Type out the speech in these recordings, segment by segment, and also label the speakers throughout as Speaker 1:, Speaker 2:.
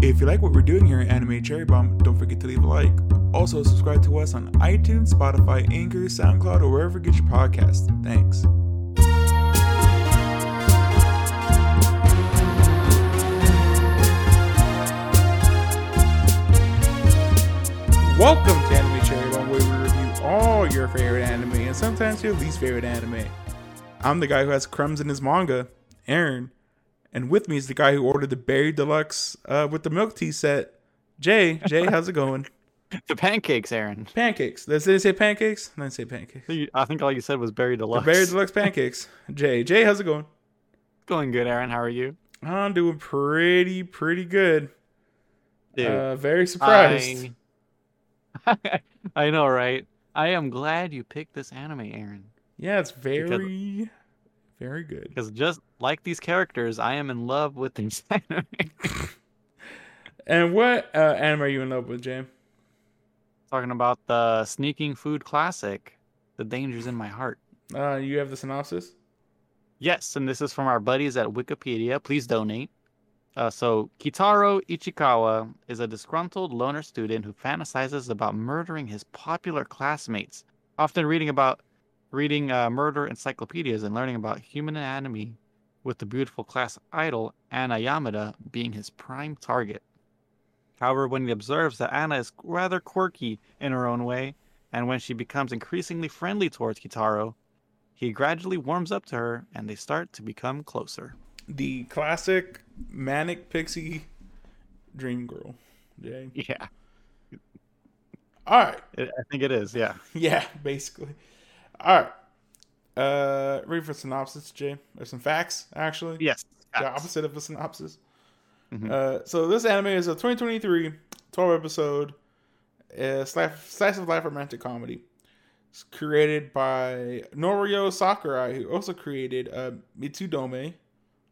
Speaker 1: If you like what we're doing here at Anime Cherry Bomb, don't forget to leave a like. Also, subscribe to us on iTunes, Spotify, Anchor, SoundCloud, or wherever you get your podcasts. Thanks. Welcome to Anime Cherry Bomb, where we review all your favorite anime and sometimes your least favorite anime. I'm the guy who has crumbs in his manga, Aaron, and with me is the guy who ordered the berry deluxe uh, with the milk tea set, Jay. Jay, how's it going?
Speaker 2: The pancakes, Aaron.
Speaker 1: Pancakes. Did I say pancakes? I didn't say pancakes.
Speaker 2: So you- I think all you said was buried
Speaker 1: The
Speaker 2: deluxe.
Speaker 1: berry deluxe pancakes. Jay. Jay, how's it going?
Speaker 2: Going good, Aaron. How are you?
Speaker 1: I'm doing pretty, pretty good.
Speaker 2: Dude,
Speaker 1: Uh, very surprised.
Speaker 2: I... I know, right? I am glad you picked this anime, Aaron.
Speaker 1: Yeah, it's very, very good.
Speaker 2: Because just like these characters, I am in love with this anime.
Speaker 1: And what uh, anime are you in love with, Jay?
Speaker 2: Talking about the sneaking food classic, The Dangers in My Heart.
Speaker 1: Uh, you have the synopsis.
Speaker 2: Yes, and this is from our buddies at Wikipedia. Please donate. Uh, so, Kitaro Ichikawa is a disgruntled loner student who fantasizes about murdering his popular classmates, often reading about reading uh, murder encyclopedias and learning about human anatomy with the beautiful class idol Anna Yamada being his prime target. However, when he observes that Anna is rather quirky in her own way, and when she becomes increasingly friendly towards Kitaro, he gradually warms up to her and they start to become closer.
Speaker 1: The classic manic pixie dream girl, Jay.
Speaker 2: Yeah,
Speaker 1: All right.
Speaker 2: I I think it is. Yeah.
Speaker 1: Yeah, basically. All right. Uh, read for synopsis, Jay. There's some facts, actually.
Speaker 2: Yes.
Speaker 1: the opposite of a synopsis.
Speaker 2: Mhm.
Speaker 1: Uh, so this anime is a 2023 12 episode uh, slash, slice of life romantic comedy. It's created by Norio Sakurai, who also created uh, Mitsudome.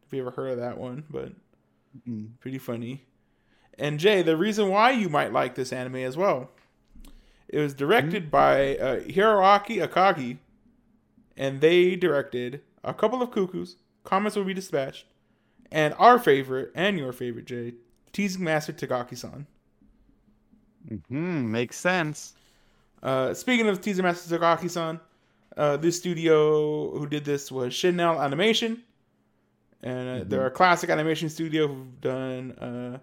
Speaker 1: If you ever heard of that one, but
Speaker 2: Mm.
Speaker 1: pretty funny. And Jay, the reason why you might like this anime as well. It was directed by uh, Hiroaki Akagi, and they directed A Couple of Cuckoos, Comments Will Be Dispatched, and our favorite and your favorite, Jay, Teasing Master Tagaki san.
Speaker 2: Mhm, Makes sense.
Speaker 1: Uh, speaking of Teaser Master Takaki san, uh, this studio who did this was Chanel Animation. And uh, they're a classic animation studio who've done uh,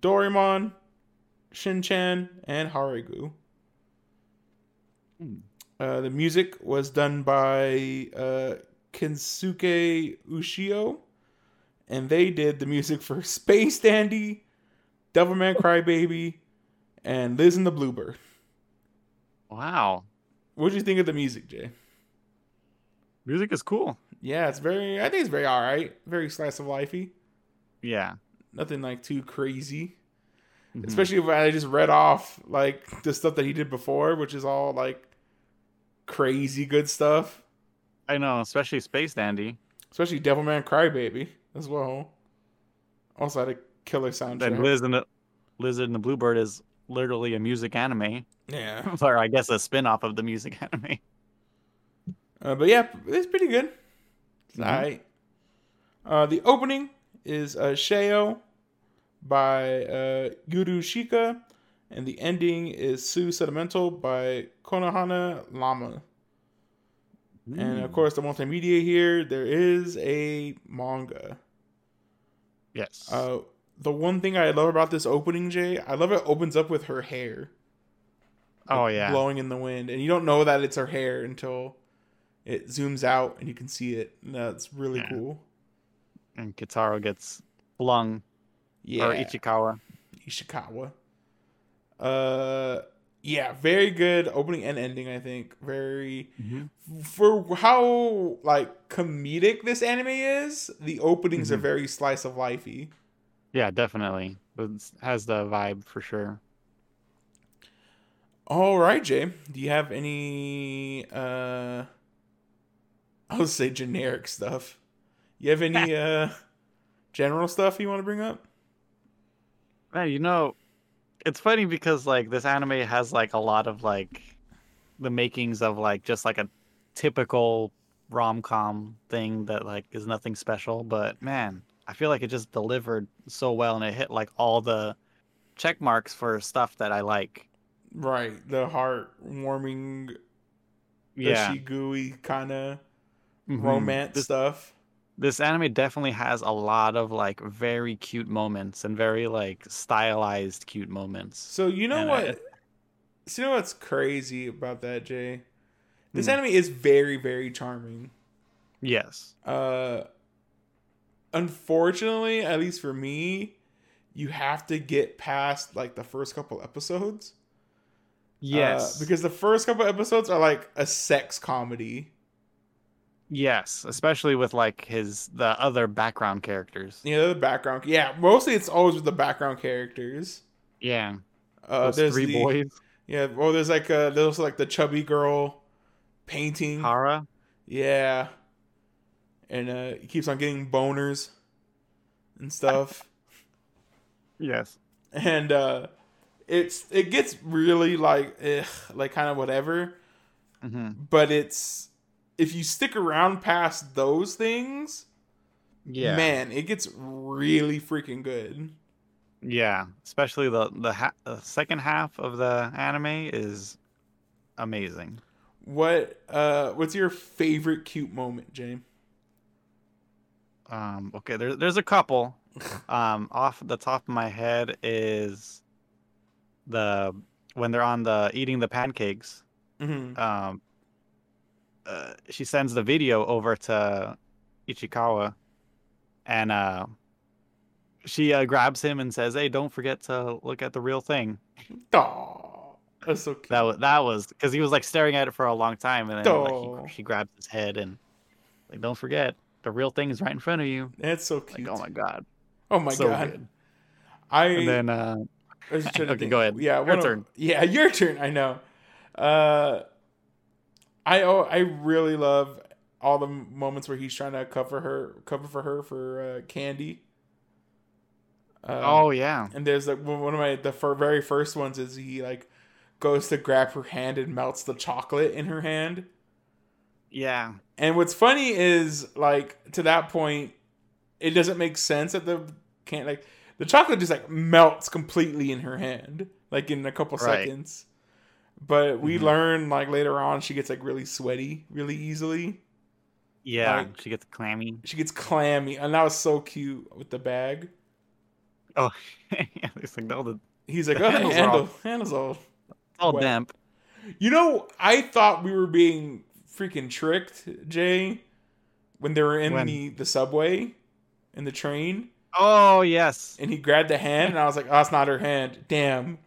Speaker 1: Doraemon, Shin Chan, and Harigu.
Speaker 2: Mm.
Speaker 1: Uh, the music was done by uh, Kensuke Ushio. And they did the music for Space Dandy, Devilman Crybaby, and Liz and the Bluebird.
Speaker 2: Wow.
Speaker 1: What do you think of the music, Jay?
Speaker 2: Music is cool.
Speaker 1: Yeah, it's very. I think it's very all right. Very slice of lifey.
Speaker 2: Yeah.
Speaker 1: Nothing like too crazy.
Speaker 2: Mhm.
Speaker 1: Especially when I just read off like the stuff that he did before, which is all like crazy good stuff.
Speaker 2: I know, especially Space Dandy.
Speaker 1: Especially Devilman Crybaby as well. Also had a killer soundtrack.
Speaker 2: Then Liz and the Lizard and the Bluebird is literally a music anime,
Speaker 1: yeah,
Speaker 2: or I guess a spin-off of the music anime.
Speaker 1: uh, but yeah, it's pretty good. It's
Speaker 2: Mhm.
Speaker 1: all right. Uh, the opening is uh, Sheo by uh, Yuru Shika, and the ending is Sue Sentimental by Konohana Lama. And
Speaker 2: Mm.
Speaker 1: of course, the multimedia here, there is a manga.
Speaker 2: yes.
Speaker 1: Uh, the one thing I love about this opening, Jay, I love it opens up with her hair
Speaker 2: oh yeah.
Speaker 1: blowing in the wind, and you don't know that it's her hair until it zooms out and you can see it. And that's really
Speaker 2: Yeah.
Speaker 1: cool.
Speaker 2: and Kitaro gets flung,
Speaker 1: Yeah.
Speaker 2: or Ichikawa.
Speaker 1: Ishikawa. Uh, yeah, very good opening and ending. I think very
Speaker 2: Mm-hmm.
Speaker 1: for how like comedic this anime is. The openings are
Speaker 2: Mhm.
Speaker 1: very slice of lifey.
Speaker 2: Yeah, definitely. It has the vibe for sure.
Speaker 1: All right, Jay, do you have any? uh I'll say generic stuff. You have any uh general stuff you want to bring up?
Speaker 2: Man, you know, it's funny because like this anime has like a lot of like the makings of like just like a typical rom com thing that like is nothing special, but man, I feel like it just delivered so well and it hit like all the check marks for stuff that I like.
Speaker 1: Right. The heartwarming,
Speaker 2: Yeah.
Speaker 1: gushy, gooey kind of
Speaker 2: Mhm.
Speaker 1: romance
Speaker 2: This,
Speaker 1: stuff.
Speaker 2: this anime definitely has a lot of like very cute moments and very like stylized cute moments.
Speaker 1: So you know
Speaker 2: And I-
Speaker 1: what? so you know what's crazy about that, Jay? This
Speaker 2: Hmm.
Speaker 1: anime is very, very charming.
Speaker 2: Yes.
Speaker 1: Uh, unfortunately, at least for me, you have to get past like the first couple episodes. Uh,
Speaker 2: Yes.
Speaker 1: because the first couple episodes are like a sex comedy.
Speaker 2: Yes, especially with like his the other background characters.
Speaker 1: You know, the background. Yeah, mostly it's always with the background characters.
Speaker 2: Yeah,
Speaker 1: Uh,
Speaker 2: those
Speaker 1: there's
Speaker 2: three
Speaker 1: the,
Speaker 2: boys,
Speaker 1: Yeah, well, there's like uh, there's like the chubby girl painting.
Speaker 2: Hara.
Speaker 1: Yeah. And uh he keeps on getting boners and stuff.
Speaker 2: Yes.
Speaker 1: and uh it's it gets really like ugh, like kind of whatever,
Speaker 2: hmm
Speaker 1: but it's if you stick around past those things,
Speaker 2: Yeah.
Speaker 1: man, it gets really freaking good.
Speaker 2: Yeah, especially the the, ha- the second half of the anime is amazing.
Speaker 1: What uh what's your favorite cute moment, Jay?
Speaker 2: Um, okay, there's there's a couple. Um, off the top of my head is the when they're on the eating the pancakes.
Speaker 1: hmm
Speaker 2: Um, uh, she sends the video over to Ichikawa, and uh, she uh, grabs him and says, "Hey, don't forget to look at the real thing."
Speaker 1: Aw, that's so cute.
Speaker 2: That was that was because he was like staring at it for a long time, and then
Speaker 1: Aw.
Speaker 2: like he, she grabs his head and like, "Don't forget, the real thing is right in front of you."
Speaker 1: that's so
Speaker 2: Like,
Speaker 1: cute.
Speaker 2: oh my god,
Speaker 1: oh my
Speaker 2: so
Speaker 1: god.
Speaker 2: good.
Speaker 1: I
Speaker 2: And then uh,
Speaker 1: I was trying to
Speaker 2: Okay,
Speaker 1: think.
Speaker 2: go ahead.
Speaker 1: Yeah,
Speaker 2: Your
Speaker 1: one of-
Speaker 2: turn.
Speaker 1: yeah, your turn. I know. Uh, I oh, I really love all the moments where he's trying to cover her, cover for her for uh, candy. Uh,
Speaker 2: oh yeah,
Speaker 1: and there's like one one of my the fir- very first ones is he like goes to grab her hand and melts the chocolate in her hand.
Speaker 2: yeah,
Speaker 1: And what's funny is like to that point, it doesn't make sense that the can't like the chocolate just like melts completely in her hand, like in a couple
Speaker 2: Right.
Speaker 1: seconds. But we
Speaker 2: Mhm.
Speaker 1: learn like later on she gets like really sweaty really easily.
Speaker 2: yeah.
Speaker 1: Like-
Speaker 2: she gets clammy.
Speaker 1: She gets clammy, and that was so cute with the bag.
Speaker 2: Oh, yeah, it's like all the
Speaker 1: He's like,
Speaker 2: The
Speaker 1: oh, the
Speaker 2: handles are
Speaker 1: handle,
Speaker 2: all-
Speaker 1: handles all.
Speaker 2: all
Speaker 1: Wet.
Speaker 2: damp.
Speaker 1: You know, I thought we were being freaking tricked, Jay, when they were in
Speaker 2: When?
Speaker 1: the the subway, in the train.
Speaker 2: Oh yes.
Speaker 1: and he grabbed the hand and i was like oh it's not her hand damn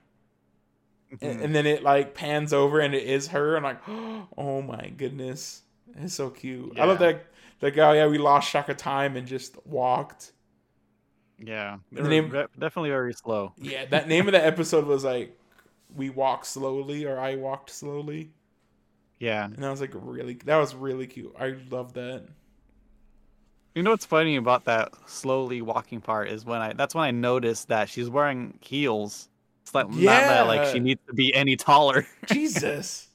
Speaker 1: and,
Speaker 2: Mhm.
Speaker 1: and then it like pans over and it is her and like oh my goodness it's so cute i love
Speaker 2: Yeah.
Speaker 1: that that guy yeah we lost track of time and just walked
Speaker 2: Yeah,
Speaker 1: The
Speaker 2: they were
Speaker 1: name-
Speaker 2: ve- definitely very slow.
Speaker 1: yeah that name of the episode was like we walked slowly or i walked slowly
Speaker 2: Yeah,
Speaker 1: and i was like really that was really cute i love that
Speaker 2: you know what's funny about that slowly walking part is when I that's when I noticed that she's wearing heels. It's like not that like she
Speaker 1: Yeah.
Speaker 2: needs to be any taller.
Speaker 1: jesus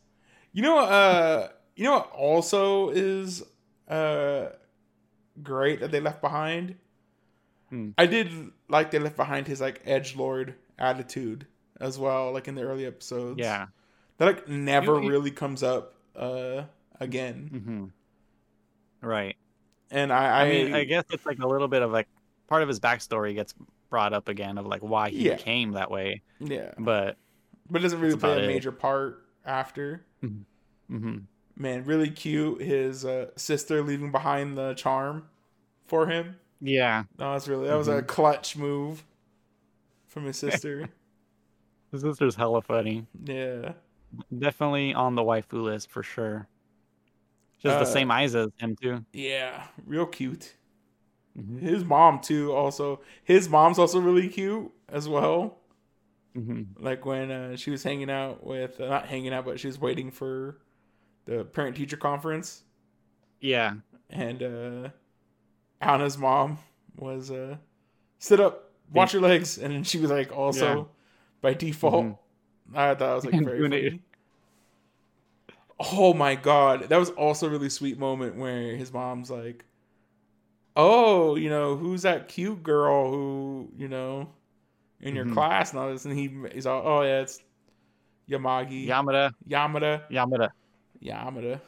Speaker 1: you know uh you know what also is uh great that they left behind
Speaker 2: Hmm.
Speaker 1: I did like they left behind his like edge lord attitude as well, like in the early episodes.
Speaker 2: yeah.
Speaker 1: that like never
Speaker 2: You- you-
Speaker 1: really comes up uh again.
Speaker 2: hmm Right.
Speaker 1: And I, I,
Speaker 2: I mean, I guess it's like a little bit of like part of his backstory gets brought up again of like why he
Speaker 1: Yeah.
Speaker 2: became that way,
Speaker 1: yeah,
Speaker 2: but
Speaker 1: but it doesn't really
Speaker 2: That's
Speaker 1: play
Speaker 2: about
Speaker 1: a
Speaker 2: it.
Speaker 1: major part after.
Speaker 2: hmm
Speaker 1: Man, really cute. His uh, sister leaving behind the charm for him.
Speaker 2: yeah,
Speaker 1: No, that's really that was a clutch move from his sister.
Speaker 2: his sister's hella funny.
Speaker 1: yeah,
Speaker 2: Definitely on the waifu list for sure. She has
Speaker 1: Uh,
Speaker 2: the same eyes as him too.
Speaker 1: yeah, real cute.
Speaker 2: Mhm.
Speaker 1: His mom too. Also, his mom's also really cute as well.
Speaker 2: hmm
Speaker 1: like when uh, she was hanging out with uh, not hanging out but she was waiting for the parent teacher conference
Speaker 2: Yeah.
Speaker 1: and uh anna's mom was uh sit up watch your legs and then she was like also
Speaker 2: Yeah.
Speaker 1: by default
Speaker 2: Mhm.
Speaker 1: i thought that was like
Speaker 2: And
Speaker 1: very
Speaker 2: doing it.
Speaker 1: funny oh my god that was also a really sweet moment where his mom's like oh, you know, who's that cute girl who, you know, in your
Speaker 2: Mhm.
Speaker 1: class and all this? And he, he's all, oh, yeah, it's Yamagi,
Speaker 2: Yamada,
Speaker 1: Yamada,
Speaker 2: Yamada.
Speaker 1: Yamada.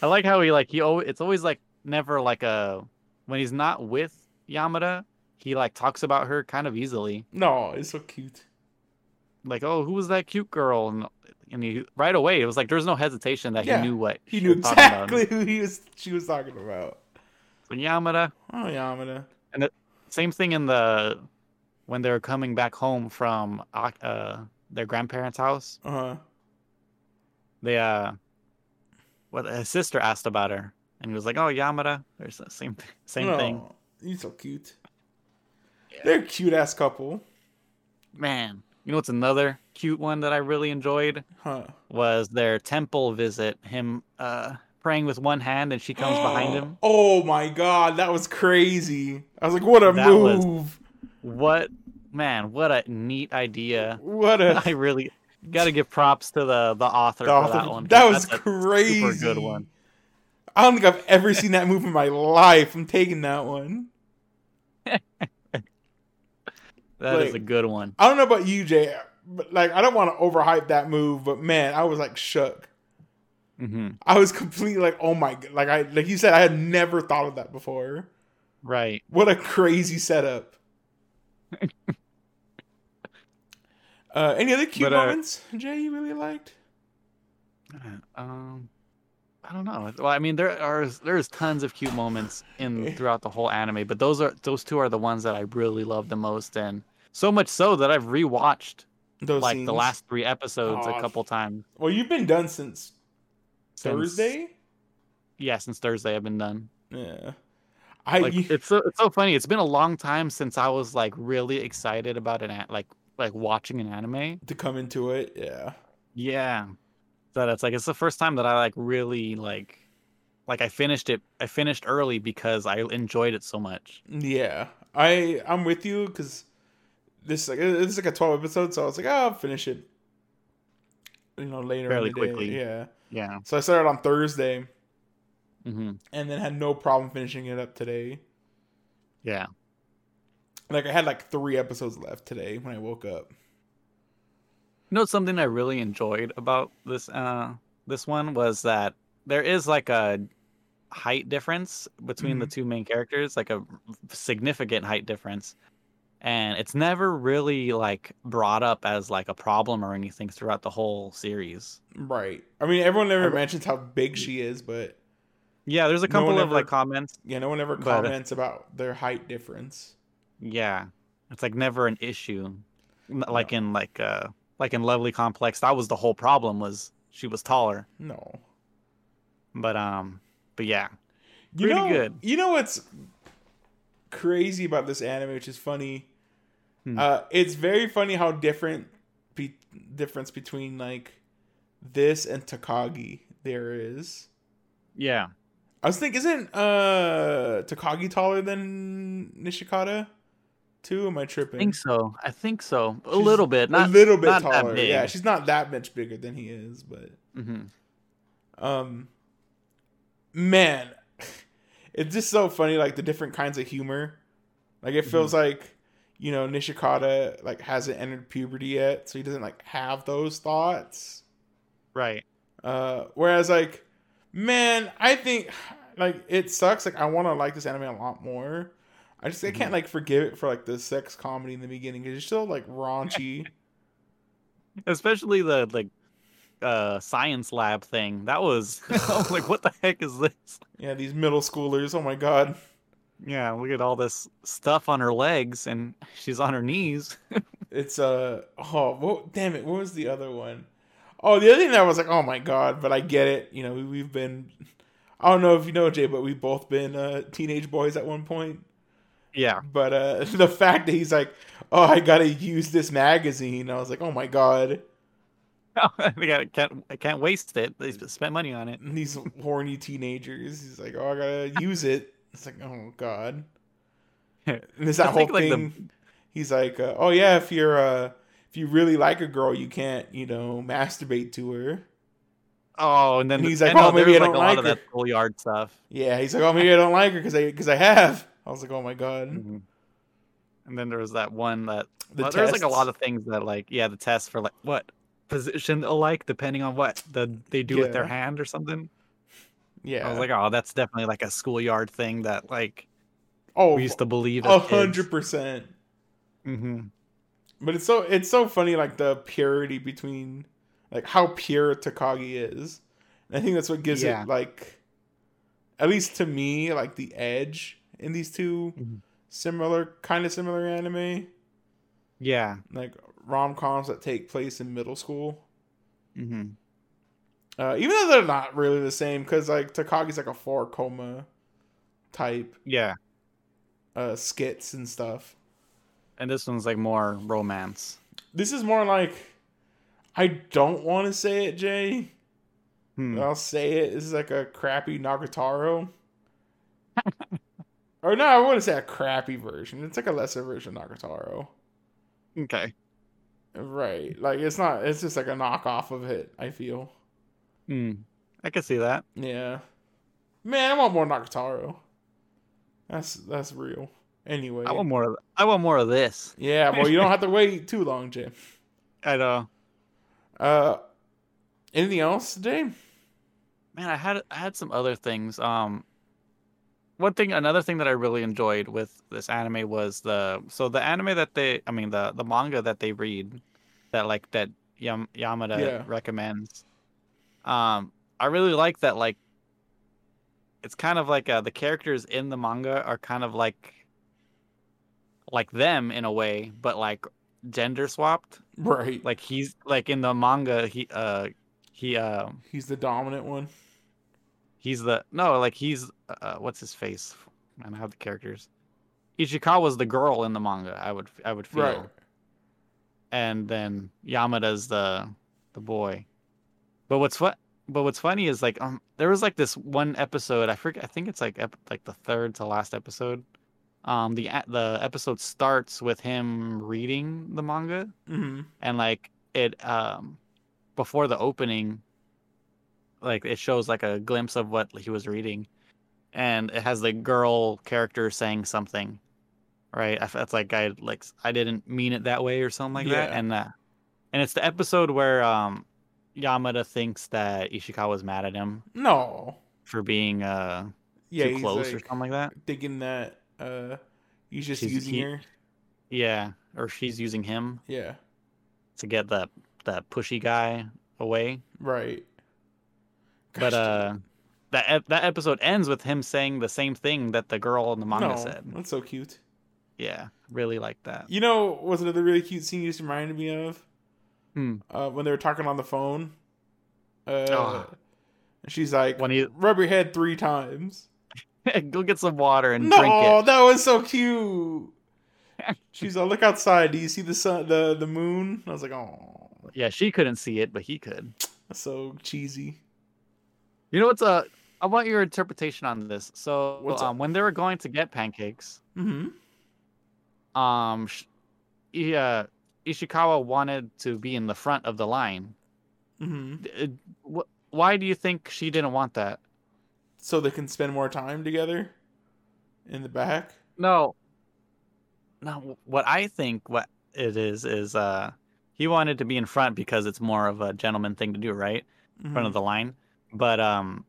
Speaker 2: I like how he like he always it's always like never like a when he's not with Yamada, he like talks about her kind of easily.
Speaker 1: No, it's so cute.
Speaker 2: Like, oh, who was that cute girl? And and he right away it was like there's no hesitation that
Speaker 1: Yeah,
Speaker 2: he knew what
Speaker 1: He
Speaker 2: she
Speaker 1: knew
Speaker 2: was talking about.
Speaker 1: exactly who he was. She was talking about.
Speaker 2: So Yamada,
Speaker 1: Oh, Yamada.
Speaker 2: same thing in the when they were coming back home from uh, uh, their grandparents' house.
Speaker 1: Uh huh.
Speaker 2: They uh, what his sister asked about her, and he was like, "Oh, Yamada." There's the same same
Speaker 1: Oh.
Speaker 2: thing.
Speaker 1: He's so cute.
Speaker 2: Yeah.
Speaker 1: They're a cute ass couple,
Speaker 2: Man, you know what's another cute one that I really enjoyed
Speaker 1: huh?
Speaker 2: was their temple visit. Him uh praying with one hand, and she comes behind him.
Speaker 1: Oh my god, that was crazy. I was like, what a
Speaker 2: That was-
Speaker 1: move.
Speaker 2: What man? What a neat idea!
Speaker 1: What a
Speaker 2: I really got to give props to the the author
Speaker 1: the
Speaker 2: for
Speaker 1: author-
Speaker 2: that one. 'cause
Speaker 1: was
Speaker 2: that's a
Speaker 1: crazy.
Speaker 2: super good one.
Speaker 1: I don't think I've ever seen that move in my life. I'm taking that one.
Speaker 2: That is
Speaker 1: Like-
Speaker 2: a good one.
Speaker 1: I don't know about you, Jay, but like I don't want to overhype that move, but man, I was like shook.
Speaker 2: hmm
Speaker 1: I was completely like, oh my god, like I like you said, I had never thought of that before.
Speaker 2: Right.
Speaker 1: What a crazy setup. uh, any other cute
Speaker 2: But, uh,
Speaker 1: moments, Jay, you really liked?
Speaker 2: Um, I don't know. Well, I mean, there are there's tons of cute moments in throughout the whole anime, but those are those two are the ones that I really love the most, and so much so that I've rewatched
Speaker 1: Those
Speaker 2: like
Speaker 1: scenes?
Speaker 2: the last three episodes
Speaker 1: Aw.
Speaker 2: a couple times.
Speaker 1: Well, you've been done since
Speaker 2: since-
Speaker 1: Thursday.
Speaker 2: Yeah, since Thursday I've been done.
Speaker 1: Yeah, I
Speaker 2: Like
Speaker 1: you-
Speaker 2: it's so it's so funny. It's been a long time since I was like really excited about an a- like like watching an anime.
Speaker 1: to come into it. Yeah,
Speaker 2: Yeah. So that's like it's the first time that I like really like like I finished it I finished early because I enjoyed it so much.
Speaker 1: yeah. I I'm with you because this like it's like a twelve episode, so I was like, oh, I'll finish it. You know, later
Speaker 2: Fairly
Speaker 1: in the day.
Speaker 2: quickly.
Speaker 1: Yeah.
Speaker 2: Yeah.
Speaker 1: So I started on Thursday
Speaker 2: hmm
Speaker 1: and then had no problem finishing it up today.
Speaker 2: Yeah.
Speaker 1: Like I had like three episodes left today when I woke up.
Speaker 2: You know something I really enjoyed about this uh this one was that there is like a height difference between the two main characters, like a significant height difference. And it's never really like brought up as like a problem or anything throughout the whole series.
Speaker 1: Right. I mean, everyone never
Speaker 2: Ever-
Speaker 1: mentions how big she is, but
Speaker 2: Yeah, there's a
Speaker 1: No one
Speaker 2: couple of
Speaker 1: ever-
Speaker 2: like comments
Speaker 1: yeah, no one ever
Speaker 2: But, uh,
Speaker 1: comments about their height difference.
Speaker 2: Yeah, it's like never an issue, N- like in like uh like in Lovely Complex. That was the whole problem was she was taller,
Speaker 1: No.
Speaker 2: but um, but yeah,
Speaker 1: You
Speaker 2: Pretty
Speaker 1: know,
Speaker 2: good.
Speaker 1: You know what's crazy about this anime, which is funny.
Speaker 2: Hmm.
Speaker 1: Uh, it's very funny how different be- difference between like this and Takagi there is.
Speaker 2: yeah,
Speaker 1: I was thinking, isn't uh Takagi taller than Nishikata? Too? Am I
Speaker 2: I
Speaker 1: tripping?
Speaker 2: think so. I think so. A
Speaker 1: She's
Speaker 2: little bit, not
Speaker 1: a little bit
Speaker 2: not that
Speaker 1: taller.
Speaker 2: big.
Speaker 1: Yeah, she's not that much bigger than he is, but
Speaker 2: Mhm.
Speaker 1: um, man, it's just so funny. Like the different kinds of humor. Like it feels
Speaker 2: Mm-hmm.
Speaker 1: like you know Nishikata like hasn't entered puberty yet, so he doesn't like have those thoughts.
Speaker 2: Right.
Speaker 1: Uh, whereas like, man, I think like it sucks. Like I want to like this anime a lot more. I just I can't like forgive it for like the sex comedy in the beginning because it's still like raunchy.
Speaker 2: Especially the like uh science lab thing. That was I was like, what the heck is this?
Speaker 1: yeah, these middle schoolers. Oh my god.
Speaker 2: Yeah, look at all this stuff on her legs, and she's on her knees.
Speaker 1: It's uh oh what damn it what was the other one? Oh the other thing that I was like oh my god but I get it you know we, we've been I don't know if you know Jay but we've both been uh, teenage boys at one point
Speaker 2: Yeah.
Speaker 1: but uh the fact that he's like oh I gotta use this magazine I was like oh my god
Speaker 2: I can't I can't waste it. They sp- spent money on it.
Speaker 1: and these horny teenagers he's like oh I gotta use it it's like oh god and there's that
Speaker 2: I
Speaker 1: whole
Speaker 2: think, like, the-
Speaker 1: thing he's like uh, oh yeah if you're uh if you really like a girl you can't you know masturbate to her.
Speaker 2: Oh, and then
Speaker 1: And
Speaker 2: the-
Speaker 1: he's like,
Speaker 2: and no,
Speaker 1: "Oh, maybe
Speaker 2: there
Speaker 1: I
Speaker 2: was,
Speaker 1: don't
Speaker 2: a lot
Speaker 1: like
Speaker 2: of
Speaker 1: her."
Speaker 2: that schoolyard stuff.
Speaker 1: Yeah, he's like, oh, maybe I don't like her because I because I have. I was like, oh my god,
Speaker 2: Mm-hmm. And then there was that one that
Speaker 1: the
Speaker 2: well,
Speaker 1: test.
Speaker 2: there was like a lot of things that like yeah, the test for like what position alike depending on what the they do with their
Speaker 1: Yeah.
Speaker 2: hand or something.
Speaker 1: yeah.
Speaker 2: I was like, oh, that's definitely like a schoolyard thing that like
Speaker 1: oh,
Speaker 2: we used to believe.
Speaker 1: a hundred percent.
Speaker 2: Mm-hmm.
Speaker 1: But it's so it's so funny, like the purity between, like how pure Takagi is. And I think that's what gives
Speaker 2: Yeah.
Speaker 1: it like, at least to me, like the edge in these 2
Speaker 2: Mhm.
Speaker 1: similar kind of similar anime
Speaker 2: Yeah.
Speaker 1: like rom coms that take place in middle school.
Speaker 2: Mm-hmm.
Speaker 1: Uh, even though they're not really the same, because like Takagi's like a four coma type
Speaker 2: Yeah.
Speaker 1: uh, skits and stuff.
Speaker 2: And this one's like more romance.
Speaker 1: This is more like I don't want to say it, Jay.
Speaker 2: Hmm.
Speaker 1: but I'll say it. This is like a crappy Nagataro. or no, I wouldn't say a crappy version. It's like a lesser version of Nagataro.
Speaker 2: Okay.
Speaker 1: Right. Like it's not it's just like a knockoff of it, I feel.
Speaker 2: Hmm. I could see that.
Speaker 1: Yeah. Man, I want more Nagataro. That's that's real. Anyway.
Speaker 2: I want more. Of, I want more of this.
Speaker 1: Yeah, well you don't have to wait too long, Jim.
Speaker 2: I know.
Speaker 1: Uh anything else today?
Speaker 2: Man, I had I had some other things. Um, one thing, another thing that I really enjoyed with this anime was the so the anime that they, I mean the the manga that they read, that like that Yam- Yamada
Speaker 1: Yeah.
Speaker 2: recommends. Um, I really like that. Like, it's kind of like uh, the characters in the manga are kind of like like them in a way, but like gender swapped.
Speaker 1: Right.
Speaker 2: like he's like in the manga he uh he um
Speaker 1: He's the dominant one.
Speaker 2: he's the no like he's uh what's his face Man, I have the characters ichikawa's the girl in the manga i would i would feel
Speaker 1: Right.
Speaker 2: and then yamada's the the boy but what's what but what's funny is like um there was like this one episode i forget i think it's like ep- like the third to last episode um the a- the episode starts with him reading the manga
Speaker 1: hmm
Speaker 2: and like it um before the opening like it shows like a glimpse of what he was reading and it has the girl character saying something right I f- that's like i like s- i didn't mean it that way or something like that
Speaker 1: Yeah.
Speaker 2: and uh and it's the episode where um yamada thinks that ishikawa's mad at him
Speaker 1: No.
Speaker 2: for being uh
Speaker 1: Yeah,
Speaker 2: too
Speaker 1: he's
Speaker 2: close or
Speaker 1: like-
Speaker 2: something like that
Speaker 1: thinking that uh he's just
Speaker 2: She's-
Speaker 1: using
Speaker 2: he-
Speaker 1: her.
Speaker 2: yeah or she's using him
Speaker 1: Yeah.
Speaker 2: to get that that pushy guy away
Speaker 1: Right.
Speaker 2: but
Speaker 1: Gosh,
Speaker 2: uh that ep- that episode ends with him saying the same thing that the girl in the manga
Speaker 1: no,
Speaker 2: said
Speaker 1: that's so cute.
Speaker 2: yeah really like that
Speaker 1: You know, what was another really cute scene you just reminded me of
Speaker 2: Hmm.
Speaker 1: uh, when they were talking on the phone. Uh,
Speaker 2: Ah.
Speaker 1: and she's like,
Speaker 2: when he
Speaker 1: "Rub your head three times."
Speaker 2: go get some water and drink
Speaker 1: No,
Speaker 2: it
Speaker 1: that was so cute. she's like, "Look outside. Do you see the sun? The the moon?" I was like, "Oh,
Speaker 2: yeah she couldn't see it but he could
Speaker 1: that's so cheesy."
Speaker 2: you know what's uh i want your interpretation on this so
Speaker 1: What's up?
Speaker 2: um, when they were going to get pancakes
Speaker 1: Mm-hmm.
Speaker 2: um sh- I- uh, ishikawa wanted to be in the front of the line
Speaker 1: Mm-hmm.
Speaker 2: D- uh, wh- why do you think she didn't want that
Speaker 1: so they can spend more time together in the back.
Speaker 2: No. No, what I think what it is is uh he wanted to be in front because it's more of a gentleman thing to do, right? In
Speaker 1: Mm-hmm.
Speaker 2: Front of the line. But um